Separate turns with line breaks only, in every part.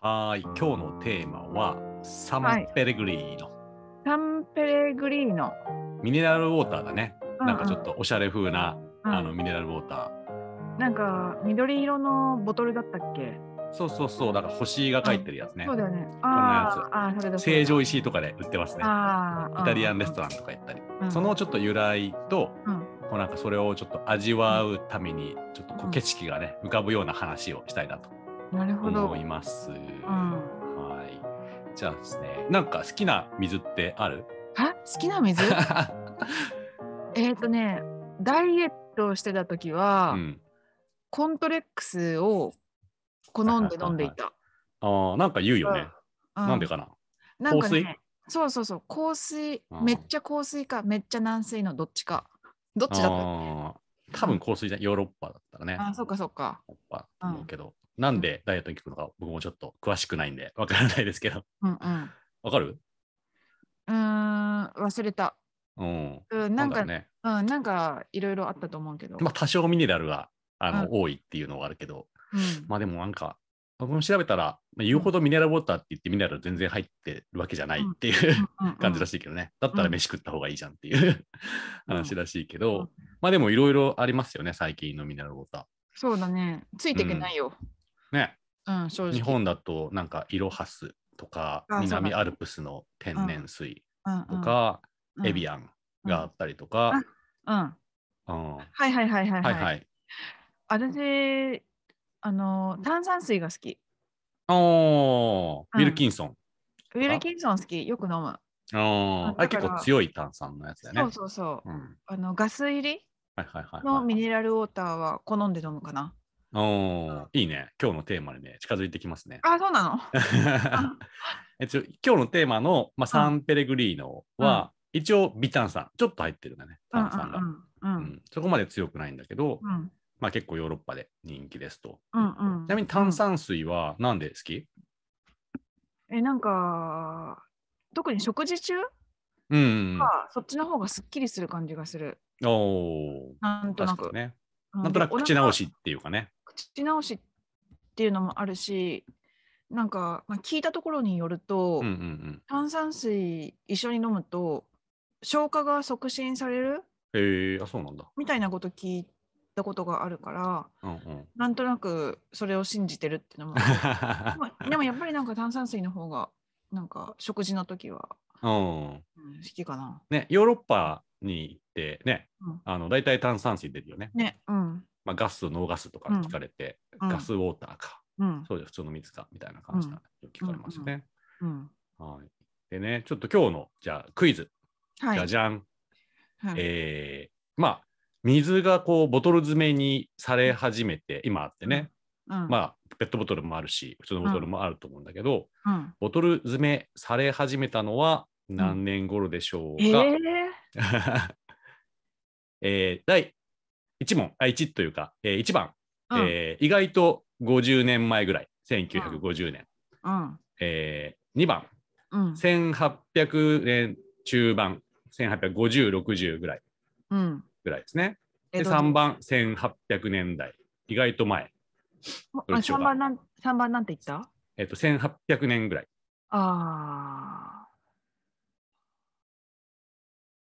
はーい、今日のテーマはサンペレグリーノ、
サンペレグリーノ。
ミネラルウォーターだね。なんかちょっ
と、
とおしゃれ風な、
うん
あのミネラルウォータ
なんか緑色のボトルだったっけ、
ー。そうそうそう、だから星が書いてるやつね
そう。だよね。
なやつ
あーあー、それだ。
成城石井とかで売ってますね。
ああ、
イタリアンレスト
ラ
ランとか行ったり。
ン
そ、のちょっと由来と、
うん
こうなんかそれをちょっと味わうために、ちょっとこう景色がね、浮かぶような話をしたいなと
なるほど
思。います。
ん
はい。じゃあですね、なんか好きな水ってある
あ、好き な水？えっとね、ダイエットをしてた時は、
うん
コントレックスを好んで飲んでいた。
あーなんか言うよね。
う
なんでかな。
なんか
香水
ね、そうそうそう、香水、
うん
めっちゃ香水か、めっちゃ軟水のどっちか。どっちだったっ
あー多分香水じゃんヨーロッパだったらね
け。あ、そうかそうか。
ヨーロッパだと思うけど、なんでダイエットに効くのか僕もちょっと詳しくないんでわからないですけど
うんうん。
わかる
うーん、忘れた。
うん
うん、
な
なんん
だろ
か、
うね
うん、なんかいろいろあったと思うけど。
まあ多少ミネラルがあの、
うん
多いっていうのはあるけど
うん、
まあでもなんか僕も調べたら、まあ、言うほどミネラルウォーターって言ってミネラル全然入ってるわけじゃないっていう、
うんうん
感じらしいけどね、だったら飯食った方がいいじゃんっていう
うん
話らしいけど、
うん
まあでもいろいろありますよね最近のミネラルウォータ
そうだね。ついていけないよ。
ーね
うん、正直。
日本だとなんかイロハスとか
あそうだね
南アルプスの天然水とか、
うん、
エビ
ア
アンがあったりとか、
うん。うん。
うんは
はいはいはいはいい。
はい、
私、あの、炭酸水が好き。
おー
うん
ウィルキンソン、
ウィルキンソン好き。よく飲む。
あー
うん
あれ結
だか
構
ら
強い炭酸のやつだよね
そうそうそう。
うん、
あの、ガス入り
はいはいはい、
のミ
はい
ネラルウォーターは好んで飲むかな。
おー
うん
いいね今日のテーマにね近づいてきますね
あ、そうなの
えっと、今日のテーマの、まあ、サンペレグリーノは、一応微炭酸ちょっと入ってるんだね炭酸が、
うんう
うんんそこまで強くないんだけど、
うんうん。
まあ、結構ヨーロッパで人気ですと、
うんうん
ちなみに炭酸水はなんで好き
え、なんか、特に食事中
うん、うん
は、そっちの方がすっきりする感じがする。
うん、おー
なんとな
確か
く
に。ね
うん
なんとなく
で
口
お腹
直しっていうかね
口直しっていうのもあるしなんか、まあ、聞いたところによると、
うんうんうん
炭酸水一緒に飲むと消化が促進される
へえあそうなんだ
みたいなこと聞いたことがあるから
うんうん
なんとなくそれを信じてるっていうのも でもでもやっぱりなんか炭酸水の方がなんか食事の時は、
うん
うん、好きかな。
ねヨーロッパに行ってね、
うん
あの大体炭酸水出るよね、
ねうん
まあ、ガスノーガスとか聞かれて、
うん
ガスウォーターか
うん
そうじゃ普通の水かみたいな感じがよく聞かれますね。
うん
はい、でねちょっと今日のじゃあクイズ、
はい
じゃじゃん、
はい
えーまあ水がこうボトル詰めにされ始めて今あってね、
うん
まあペットボトルもあるし普通のボトルもあると思うんだけど、
うん
ボトル詰めされ始めたのは何年頃でしょ
え
うか、
ー
えー第1問あ1というか、え1番、
うん
えー意外と50年前ぐらい1950年。
うん
えー2番、
うん
1800年中盤、1850、60ぐらい
うん
ぐらいですね。
江
で、
戸時代
3番、1800年代、意外と前、
も
どっ
あ
ちが
三番なん三番なんて言った？
えっと1800年ぐらい。
ああ。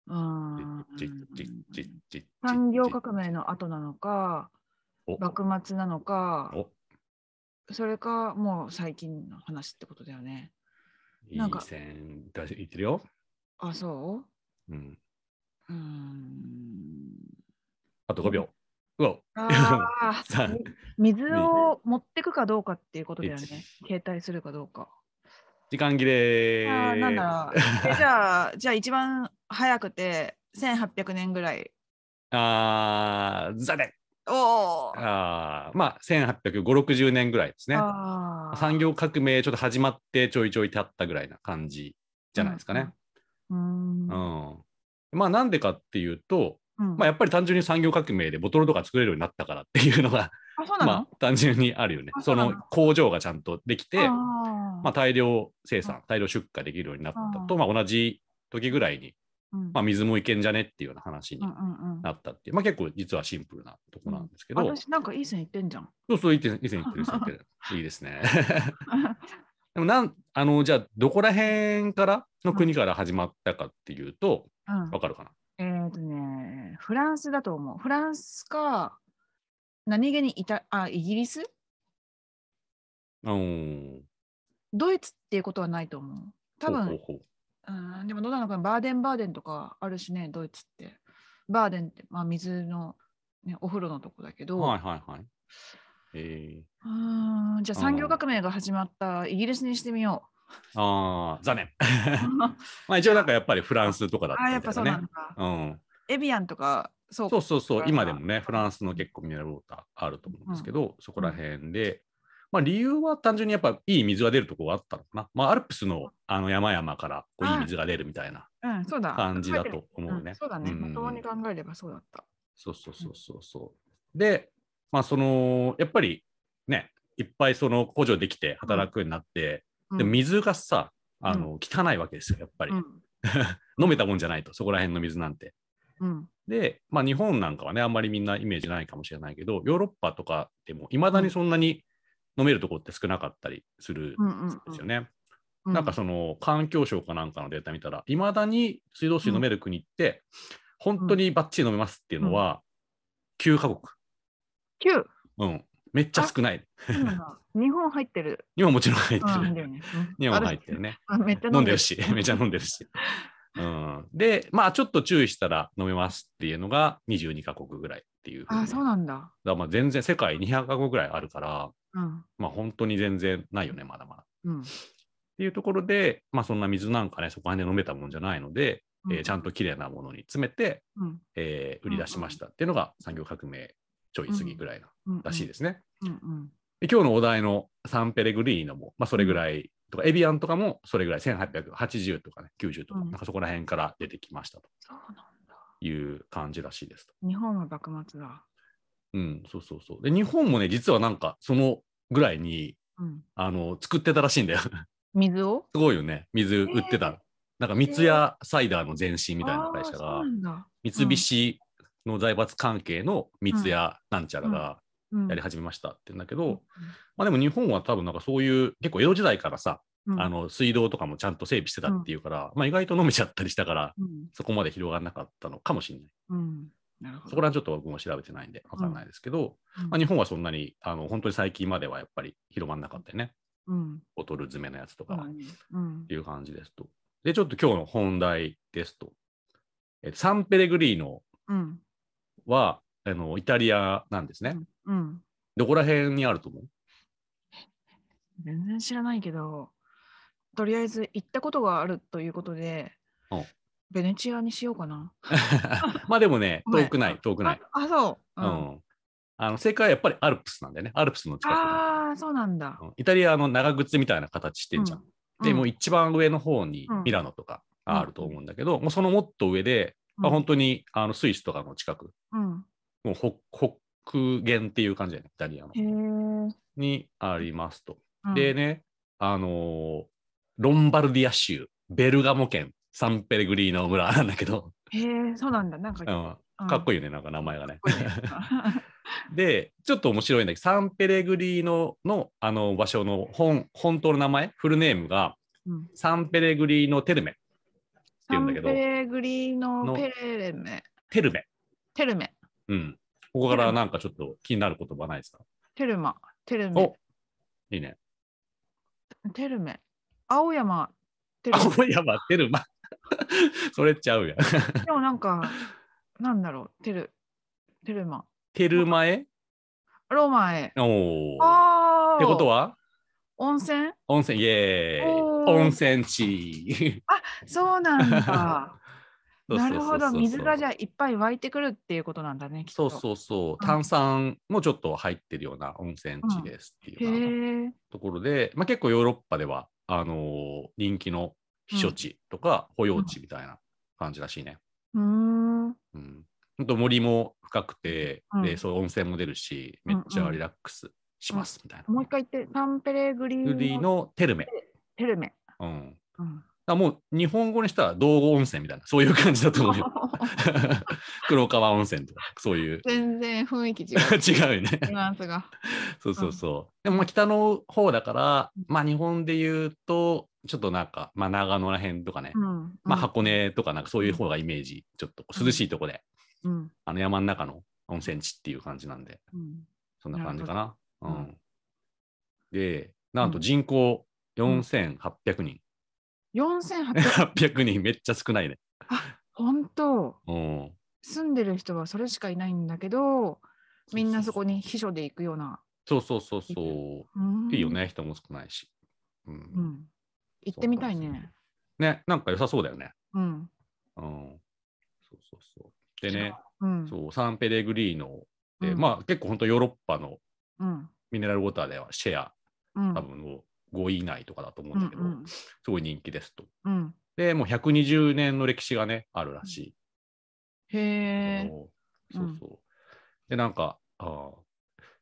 うーん。
じっじっじっじっじっじ
産業革命の後なのか、
お
幕末なのか、
お
それかもう最近の話ってことだよね。
いい
なんか
線出していってるよ。
あ、そ
うん、
う？う ーん。
あと5秒。うわ、、
ああ
さあ
み水を持ってくかどうかっていうことだよね
一。
携帯するかどうか。
時間切れ。
あーなんだろうえじゃあ、じゃあ一番早くて1800年ぐらい。
あー残念
おお。
あーまあ、1850、60年ぐらいですね。
あー
産業革命ちょっと始まってちょいちょい経ったぐらいな感じじゃないですかね。
うーん
う
うん
んまあなんでかっていうと、まあ、
あ
やっぱり単純に産業革命でボトルとか作れるようになったからっていうのが、
そうなの、
まあ、単純にあるよね。
あそ
そう
なの
の工場がちゃんとできて、
あー
まあ、大量生
う
産、大量出荷できるようになった
う
と、まあ、同じ時ぐらいに、
うん
まあ、水もいけんじゃねっていうような話に
うんうんうん
なったっていう、まあ、結構実はシンプルなとこなんですけど、
私なんかいい線いってんじゃん。
そうそう、いい点いい点いい点いい点いいですね。 でもなんあのじゃあどこら辺からの国から始まったかっていうと
うん
わかるかな
えーとね、フランスだと思う。フランスか、何気にイタあイギリス
うん
ドイツっていうことはないと思う。多分
ほうほうほう
うん、でもどうなのかな、バーデンバーデンとかあるしね、ドイツって。バーデンって、まあ、水の、ね、お風呂のとこだけど、
はいはいはい。え
うーんじゃあ産業革命が始まったイギリスにしてみよ
ー、ああ、残念。
う。
まあ一応なんかやっぱりフランスとかだった
あ
み
や
た
っ
いだ
ぱそう
ね
な。のか。
うん、
エビアンとか、そう
そうそうそう、今でもね、
フ
フ
ラ
ラ
ン
ン
ス
スの結構ミネラルウォーターあると思うんですけど、そこら辺で、まあ理由は単純にやっぱいい水が出るとこはあったのかな。まあアルプスのあの山々からこういい水が出るみたいな
うん、そうだ。
感じだと
考えてる
思うね
んそうだね。
うん
まともに考えればそうだった。
そうそうそうそうそう。で、まあその、やっぱりね、いっぱいその補助できて働くようになって、
うん
で水がさ、あの汚いわけですよ、やっぱり。
うん。
飲めたもんじゃないと、そこら辺の水なんて。
うん。
で、まあ、日本なんかはね、あんまりみんなイメージないかもしれないけど、ヨーロッパとかでも、いまだにそんなに飲めるとこって少なかったりする
うんんうん
ですよ
う
ね。
ん。
なんかその環境省かなんかのデータ見たら、いまだに水道水飲める国って、本当にバッチリ飲めますっていうのは、9カ国。
九。
うん。めっちゃ少ない。
そうなんだ日本入ってる。
日本もちろん入っ
うん入ってて
る。
るね。
日本も入ってる
ね。
ね。
あめっちゃ
飲んでるし、 めっちゃ飲んでるし。うん、で、まあちょっと注意したら飲めますっていうのが22カ国ぐらいっていうふうに
あ、そうなんだ。
だからまあ全然世界200カ国ぐらいあるから、
うん。
まあ、本当に全然ないよね、まだまだ。っ
うん。
ていうところで、まあ、そんな水なんかね、そこら辺で飲めたもんじゃないので、えーちゃん
と。
ときれいなものに詰めて、
うん。
えー売り出しましたっていうのが産業革命ちょい過ぎぐらいな
うん
らしいですね。
うんうん。
で今日のお題のサンペレグリーノも、まあ、それぐらいとか、エビアンとかもそれぐらい1880とかね、90とか、
うん
なんかそこら辺から出てきましたと
そうなんだ。
いう感じらしいですと。
日本は幕末だ。
うん、そうそうそう。で、日本もね、実はなんかそのぐらいに
うん。
あの作ってたらしいんだよ。 す
水を
ごいよね。水売ってた。
えー
なんか三ツ矢サイダーの前身みたいな会社
あーそう
が
な、んだ
三菱の財閥関係の三ツ矢なんちゃらが
うん
やり始めましたって言うんだけど、
うん
まあでも日本は多分なんかそういう、結構江戸時代からさ、
うん
あの水道とかもちゃんと整備してたっていうから、まあ意外と飲めちゃったりしたから、
うん
そこまで広がらなかったのかもしれない。
うんなるほ
そ
ど
こら辺ちょっと僕も調べてないんでわかんないですけど、
うん
まあ、日本はそんなにあの本当に最近まではやっぱり広まんなかったよね。
うん
ボトル詰めのやつと
そ
か
う
は
だねうん
っていう感じですと。で、ちょっと今日の本題ですと。えサンペレグリーノ
うん
はあのイタリアなんですね。
うん
どこら辺にあると思う
全然知らないけどとりあえず行ったことがあるということで
うん
ベネチアにしようかな
まあでもね、
ごめん
遠くない、遠くない。
ああそう
う
うん
ん。あの正解はやっぱりアルプスなんだよね。アルプスの近くに
ああそうなんだ
うんイタリアの長靴みたいな形してんじゃん。でもう一番上の方に
うん
ミラノとかあると思うんだけど、もうそのもっと上で、まあ、本当にあのスイスとかの近く、
うん
もう北北限っていう感じだよね、イタリアの。
へえ
にありますと。
うん
でね、あのーロンバルディア州、ベルガモ県、サンペレグリーノ村なんだけど、
へえそうなんだなんか
うん、かっこ
いい
いいよね、なんか名前がね。
かっこ いいね
で、ちょっと面白いんだけど、サンペレグリーノのあの場所の本本当の名前、フルネームが
うん
サンペレグリーノテルメ、言
サ
うん
ン
だ
ペ
けど
レグリーノ
の
ペレメ
テルメ。
テルメ
うん。ここからなんかちょっと気になる言葉ないですか
テルマテルメ
おいいね。
テルメ青山テルメ
青山テルマ。 それちゃうやん。
でもなんか、なんだろう、テル、テルマ、
テルマへ
ローマへ。
おお。
ああ。
ってことは
温泉
温泉、イエーイ。
おー
温泉地。
そうなんだ。
そう そうそ
な
う
る
そ
ほ
う
ど、水がじゃあいっぱい湧いてくるっていうことなんだね、きっ
そ
と。
うそうそう。炭酸もちょっと入ってるような温泉地ですっていう
へ
ような
え。
ところで、まあ、結構ヨーロッパでは、あのー人気の避暑地とか保養地みたいな感じらしいね。
うーん。
うん。ほんと森も深くて、
うん
で、そう温泉も出るし、めっちゃリラックスしますみたいな。
もう一回言って、サンペレグリ
グリー
ーノ
のテルメ。
テルメ。
うん。
うん
らもう日本語にしたら道後温泉みたいな、そういう感じだと思う よ。黒川温泉とか、そういう。
全然雰囲気 違う。
違うよね。
ニュアンスが。
そうそうそう。でもまあ北の方だから、まあ日本で言うと、ちょっとなんか、まあ長野ら辺とかね、
うん。
まあ箱根とかなんかそういう方がイメージ、ちょっと涼しいとこで、
うん。
あの山の中の温泉地っていう感じなんで、
うん。
そんな感じかな。
なるほど
う、
うん
で、なんと人口4800人。
4800。
800人、めっちゃ少ないね。
本当。
うん、
住んでる人はそれしかいないんだけど、みんなそこに秘書で行くような。
そうそうそうそうう。
ん
いいよ。ね、人も少ないし。うん
うん。行ってみたいね。
ね、なんか良さそうだよね。
うん。
うん、そうそうそうでね、
うん。
そうサンペレグリーノで、
うん
まあ結構本当ヨーロッパの
うん。
ミネラルウォーターではシェア
うん。
多分もう5位以内とかだと思う
うんん。
だけど、
うん
すごい人気ですと。
うん。
でもう120年の歴史がねあるらし
へ
い。
え。
そのそうそう。でなんかあ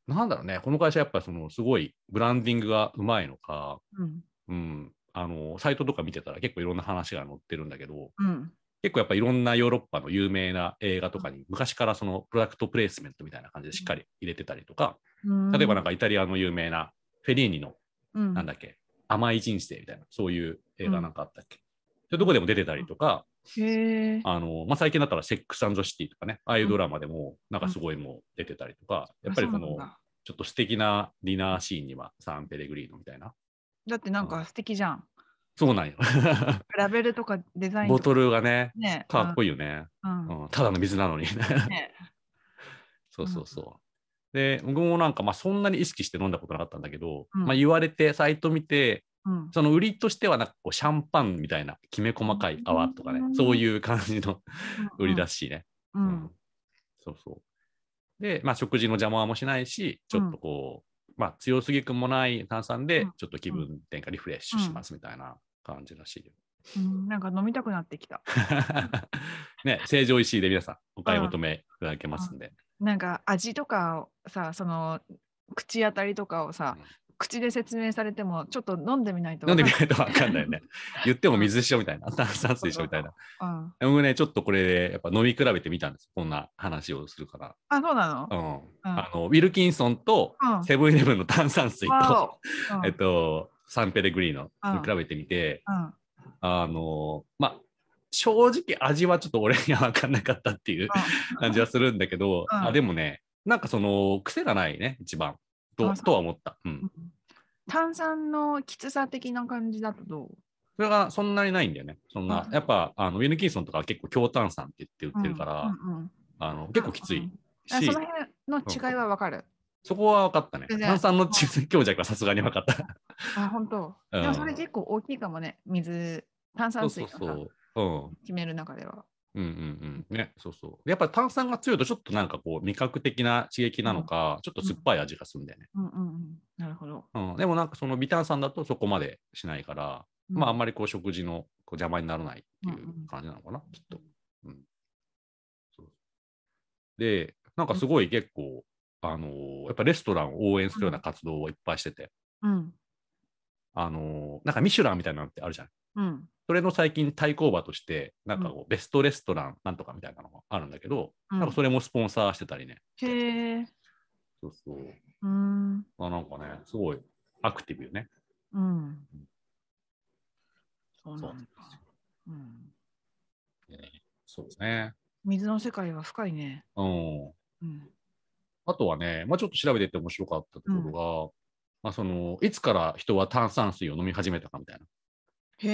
ーなんだろうねこの会社やっぱそのすごいブランディングがうまいのか、
うん。
うん、あのサイトとか見てたら結構いろんな話が載ってるんだけど
うん。
結構やっぱいろんなヨーロッパの有名な映画とかに昔からそのプロダクトプレイスメントみたいな感じでしっかり入れてたりとか、
うん
例えばなんかイタリアの有名なフェリーニの
うん
なんだっけ、甘い人生みたいなそういう映画なんかあったっけ、そういうとこでも出てたりとか、
へえ。
あのまあ、最近だったら「セックスシティ」とかねああいうドラマでもなんかすごいもう出てたりとか、やっぱりこ
あそう
の
なんだ
ちょっと素敵なディナーシーンにはサンペレグリーノみたいな
だってなんか素敵じゃん。
そうなんよ
ラベルとかデザイン
ボ
とか
トルがね
ね。
かっこ
いい。
いいよね、
うん
うん、ただの水なのに
ね
そうそうそう。で、僕もなんか、まあ、そんなに意識して飲んだことなかったんだけど、
うん
まあ、言われて、サイト見て、
うん
その売りとしては、なんかこう、シャンパンみたいな、きめ細かい泡とかね、
うん
そういう感じの売りら
し。
しいね。
う。
うんそうそう。で、まあ、食事の邪魔もしないし、ちょっとこう、まあ、強すぎくもない炭酸
う
で
ん、
ちょっと気分転換、リフレッシュしますみたいな感じらしいよ。
うんなんか飲みたくなってきた。
ね、成城石井で皆さん、お買い求めいただけますんで。
なんか味とかをさ、その口当たりとかをさ
うん、
口で説明されてもちょっと飲んでみないと
飲
わ
んで
かん
み
ない。
ないと分かんない よね。言っても水でしょみたいな、炭酸水でしょみたいな。
うん
僕ね、ちょっとこれ、やっぱ飲み比べてみたんです。こんな話をするから。
あ、そうなの
うん。あの、ウィルキンソンと
うん
セブンイレブンの炭酸水と、
わ おうん
えっと、サンペレグリーノ
うん
見比べてみて、
うん
あの、まあ、正直味はちょっと俺には分かんなかったっていう
うん
感じはするんだけど、
うん
あでもね、なんかその、癖がないね、一番。と
あそう
とは思った。うん
う。ん炭酸のきつさ的な感じだとどう
それがそんなにないんだよね。そんな
う、ん
やっぱ、あの、ウィルキンソンとかは結構強炭酸って言って売ってるから、
うんうんうん
あの、結構きつ
うん
い
あ
し
そ、の辺の違いはわかる。
そこは分かったね
全。然
炭酸の中性強弱はさすがに分かった。
あ、本当。
うん
でもそれ結構大きいかもね、水、炭
そう
酸
そ
水
う
をさ
そう。うん。
決める中では。
うんうんうん。ね、そうそう。やっぱ炭酸が強いと、ちょっとなんかこう、味覚的な刺激なのか、ちょっと酸っぱい味がするんだよね。
うんうんうん。なるほど。
うん。でもなんかその微炭酸だとそこまでしないから、まああん
ま
まりこう、食事のこう邪魔にならないってい
んうんう
うん感じなのかな、きっと。うん。そうで、なんかすごい結構、あのーやっぱレストランを応援するような活動をいっぱいしてて、
うん。
あのーなんかミシュランみたいなのってあるじゃん。
うん。
それの最近対抗馬として、なんかこう、ベストレストランなんとかみたいなのがあるんだけど、なんかそれもスポンサーしてたりね。
うんへえ。
そうそう。
うん。
あなんかね、すごいアクティブよね。
うん。そうなんだ
そうなんです。
うん。
そうですね。
水の世界は深いね。
うん。
うん。
あとはね、まあちょっと調べてて面白かったところが、まあその、いつから人は炭酸水を飲み始めたかみたいな。
へ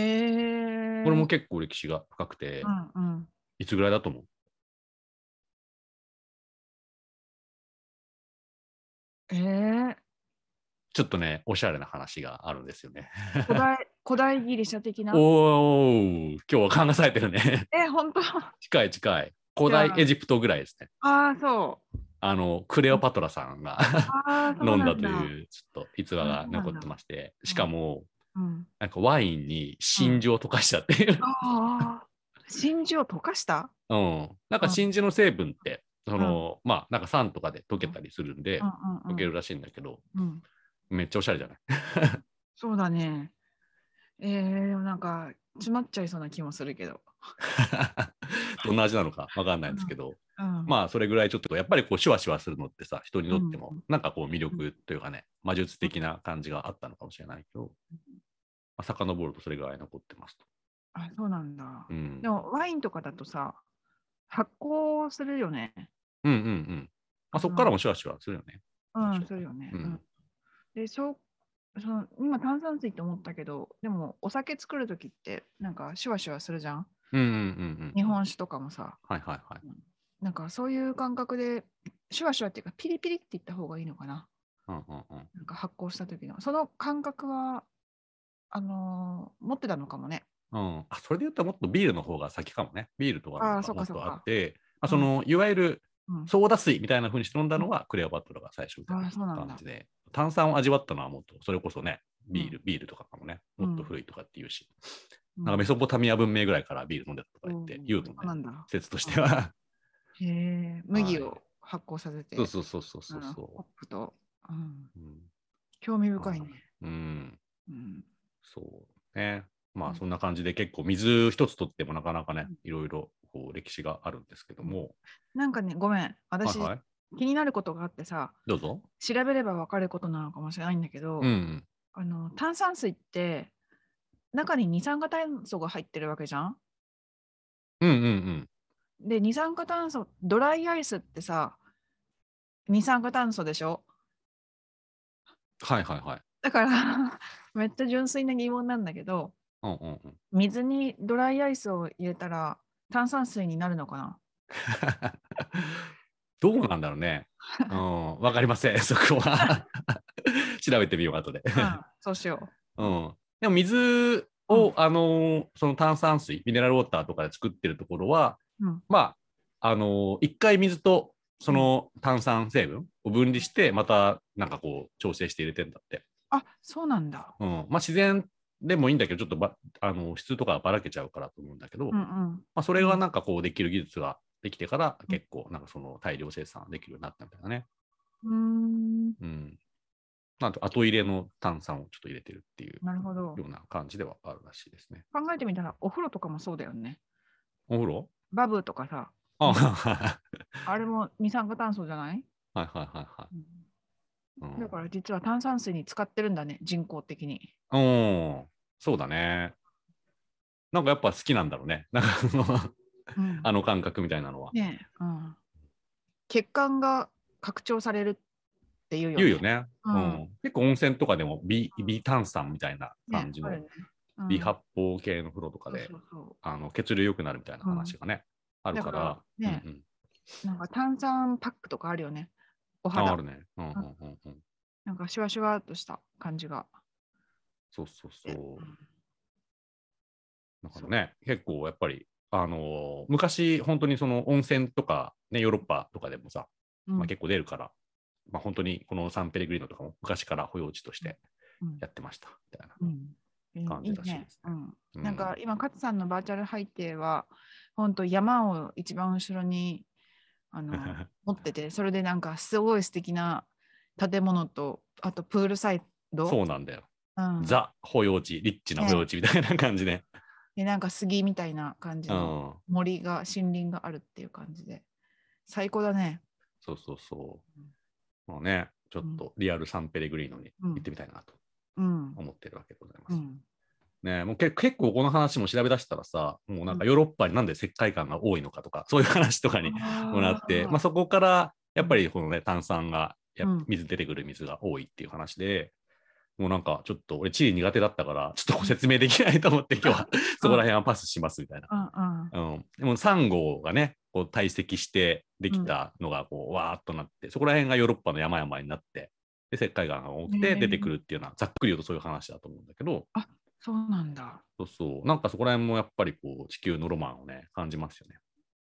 え。
これも結構歴史が深くて、
うんうん。
いつぐらいだと思う
ええ。
ちょっとね、おしゃれな話があるんですよね。
古代古代ギリシャ的な。
おー、今日は考えてるね。
え、本当。
近い近い。古代エジプトぐらいですね。
ああ、そう。
あの、クレオパトラさんが
ああ、そう
飲ん
な
だと
んだ。
いう、ちょっと逸話が残ってまして、しかも、
うん。
なんかワインに真珠を溶かしたって いう。
ああ、真珠を溶かした。
うん。なんか真珠の成分って、その、まあ、なんか酸とかで溶けたりするんで、
うん
溶けるらしいんだけど、
うんうん、
めっちゃおしゃれじゃない
そうだね。えー、でもなんか詰まっちゃいそうな気もするけど。
どんな味なのかわかんないんですけど、
うん、
まあそれぐらいちょっとやっぱりこうシュワシュワするのってさ人にとっても
うん
なんかこう魅力というかね魔術的な感じがあったのかもしれないけど、まあ、遡るとそれぐらい残ってますと。
あ、そうなんだ。
うん、
でもワインとかだとさ、発酵するよね。
うんうんうん。まあ、そこからもシュワシュワするよね。
うん、するよね。
う
うんん、でそうその今炭酸水って思ったけどでもお酒作る時ってなんかシュワシュワするじゃん
うんうんうんうん。
日本酒とかもさ
はいはいはい。
なんかそういう感覚でシュワシュワっていうかピリピリって言った方がいいのかな
うんうんうん。
なんか発酵した時のその感覚はあのー持ってたのかもね
うん、あそれで言ったらもっとビールの方が先かもね。ビールとか
あー
の
そ
方がもっ
うかそう
と
か
あって、まあ、そのいわゆる
うん
ソーダ水みたいな風にして飲んだのはクレオパトラが最初みたい
あ
な
ーそうなんだ
感じで、炭酸を味わったのはもっと、それこそね、ビール、ビールとかかもね、
うん
もっと古いとかっていうし、
うん
なんかメソポタミア文明ぐらいからビール飲んでたとか言って言うも
そなん
ね、
だ
説としては。
へえ麦を発酵させて、
そう そうそうそうそう
うんホッ
そ
プと、うん、
う。うん
興味深いね、
うん
うん、
そうね。ま
う
あ
ん
そんな感じで結構水一つとってもなかなかね
うん、
いろいろこう歴史があるんですけども。
なんかねごめん
はい
私、
はい。
気になることがあってさ、
どうぞ。
調べれば分かることなのかもしれないんだけ
う
ど、
ん。
あの炭酸水って中に二酸化炭素が入ってるわけじゃん
うんうんうん。
で二酸化炭素ドライアイスってさ二酸化炭素でしょ
はいはいはい。
だから めっちゃ純粋な疑問なんだけど
うんうん うん。
水にドライアイスを入れたら炭酸水になるのか な
どうなんだろう ね。うん。わかりません、 そこは。調べてみよう、後で。
うんそうしよ
うん。でも水を、あのーその炭酸水、ミネラルウォーターとかで作ってるところは、
う、うん
まあ、あのー一回水とその炭酸成分を分離して、またなんかこう調整して入れてんだって。
あそうなんだ
うん。まあ自然でもいいんだけど、ちょっとば、あのー質とかばらけちゃうからと思うんだけど、
うんう
ま
ん
あそれがなんかこうできる技術ができてから、結構なんかその大量生産できるようになったみたいなね。
うーん
うん。なんと後入れの炭酸をちょっと入れてるっていう
なるほど
ような感じではあるらしいですね。
考えてみたらお風呂とかもそうだよね
お風呂
バブとかさ
あは
あれも二酸化炭素じゃない、
いはいはいはいう
だ
ん。
から実は炭酸水に使ってるんだね、人工的に。
うん、そうだね。なんかやっぱ好きなんだろうね。なんかその
うん
あの感覚みたいなのは。
ねえうん、血管が拡張されるっていうよね。
言うよね、う
うんん
結構温泉とかでも微微炭酸みたいな
ね
感じの
あるねうん
微発泡系の風呂とか
そう
で、
そうそ
あの血流良くなるみたいな話がね、あ
う
る
だ
か
からら。ね、
うんうん
なんか炭酸パックとかあるよね。お
ああ
肌
るね。うんうんうんうん。
なんかシュワシュワっとした感じが。
そうそう
う
そ
ん
う。だからね、結構やっぱり、あのー昔、本当にその温泉とか、ね、ヨーロッパとかでもさ、
うん
まあ、結構出るから、まあ、本当にこのサンペレグリーノとかも昔から保養地として
うん
やってましたみたいな。
うんいい
感じらしいです
ねうん
う
な んか、今勝さんのバーチャル背景は本当山を一番後ろに あの持っててそれでなんかすごい素敵な建物とあとプールサイド
そうなんだよ。
うん
ザ保養地、リッチな保養地みたいな感じで。
でなんか杉みたいな感じ
う
の
ん。
森が森林があるっていう感じで最高だね。
そうそうそう。まあね、ちょっとリアルサンペレグリーノに行ってみたいなと
うん
思ってるわけでございます。
うん
ね、もうけ結構この話も調べ出したらさもうなんかヨーロッパになんで石灰岩が多いのかとかそういう話とかにもらってまあ、そこからやっぱりこのね炭酸がや
うん
水出てくる水が多いっていう話で、もうなんかちょっと俺地理苦手だったからちょっとこう説明できないと思って今日はそこら辺はパスしますみたいな。
うんうん
うん、でもサンゴがねこう堆積してできたのがこうわーっとなってそこら辺がヨーロッパの山々になってで石灰岩が多くて出てくるっていうのはざっくり言うとそういう話だと思うんだけど。
そうなんだ。
そうそう。なんかそこら辺もやっぱりこう地球のロマンをね、感じますよね。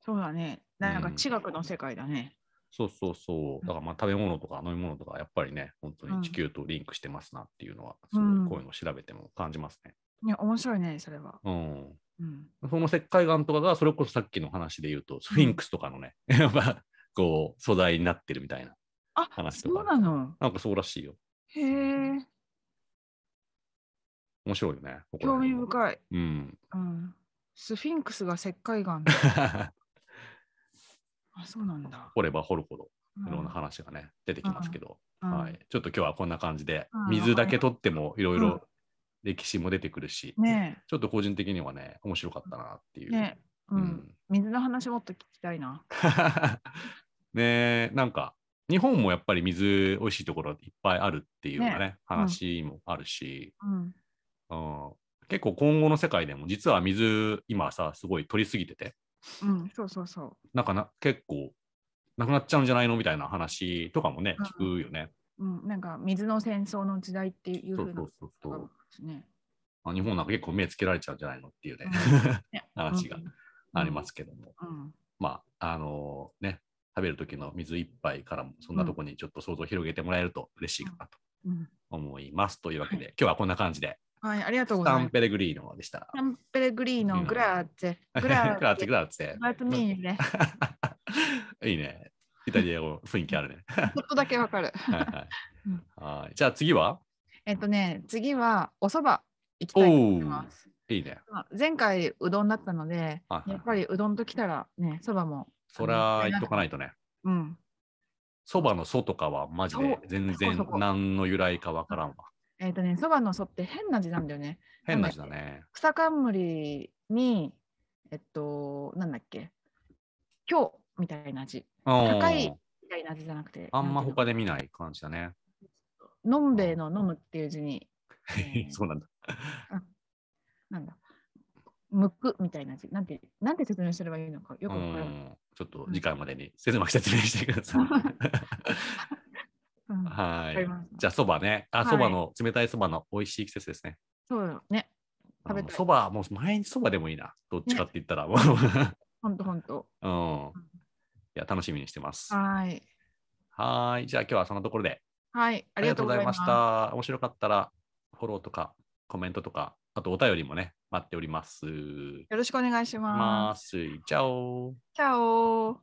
そうだね。なんか
うん
地学の世界だね。
そうそうそう。
うん
だからまあ食べ物とか飲み物とか、やっぱりね、本当
う
に
ん
地球とリンクしてますなっていうのは、すごい
うん
こういうのを調べても感じますね。
ね面白いねそれは。
うん。
うん
その石灰岩とかが、それこそさっきの話で言うと、スフィンクスとかのね、 やっぱこう、素材になってるみたいな。
あ
話と
そ
か
うなの。
なんかそうらしいよ。
へえ。
面白いよね。ここら
興味
辺は
深い。
うん。
うん、スフィンクスが石灰岩。 あ、そうなんだ。
掘れば掘るほど
うん
いろんな話がね、出てきますけど、
うん
はい、ちょっと今日はこんな感じで、
うん
水だけ取ってもいろい
うん
ろ歴史も出てくるし、
ね
ちょっと個人的にはね面白かったなってい
え、
う。
ねえ、う、
うんん、
水の話もっと聞きたいな。
ねえなんか日本もやっぱり水美味しいところいっぱいあるっていうようなね話もあるし、
うん、
うん、結構今後の世界でも実は水今さすごい取りすぎてて
うん、そうそうそ
なんかな結構なくなっちゃうんじゃないのみたいな話とかもね聞くよね。
う。うん、なんか水の戦争の時代っていう
そ
ふう
うそ
な
うそう
こ
そ
と
う
ですね。
あ日本なんか結構目つけられちゃうんじゃないのっていうね、
ね。
話がありますすけども、
うん、
まああのね食べる時の水一杯からもそんなとこにちょっと想像を広げてもらえると嬉しいかなと
うん、
思います、というわけで今日はこんな感じで
はい、ありがとう
ス
ござい
タ
ます
ン。ペレグリーノでした。
サンペレグリーノ、グラーツェ、グラ
グラーツェ
ーツェ、
グ
グ
ラーツェ
ラーツェミーね。
いいねイタリア語雰囲気あるね
ちょっとだけわかる。
はいはい
うん
はいじゃあ次は
えっとね、次はお蕎麦行きたいと思います。
いいね
まあ前回うどんだったので、
はいはい
やっぱりうどんときたらね、そばも。
そりゃ言っとかないとね
うん。
そばの「そ」とかはマジで
そう
全
そ
然
こそこ
何の由来かわからんわ
えっ、とね、そばのそって変な字なんだよね。
変な字だね
草冠に、えっと、なんだっけ、今日みたいな字。高い
うん
みたいな字じゃなくて。
あんま
なんていう
他で見ない感じだね。
の。のんべえの飲むっていう字 に、えー
そうなんだ。
なんだ。むくみたいな字。なんて、なんて説明すればいいのかよく
う
わからない。
んちょっと次回までに説明説明してくだ さい。
うんわ
は
かり
い。
ました
じゃあそばね。あ
はい
そばの冷たいそばの美味しい季節ですね。
そうよね。食べたい
そばもう毎日そばでもいいな。どっちかって言ったら。う
ほんとほんと。
ん。いや楽しみにしてます。
はい。
はーい。じゃあ今日はそんなところで
はい。あ
あ
り
り
が
が
と
と
う
う
ご
ご
ざ
ざい
いま
ま
し。
したた。面白かったらフォローとかコメントとかあとお便りもね待っております。
よろしくお願いします。
ます。チャオ。
チャオ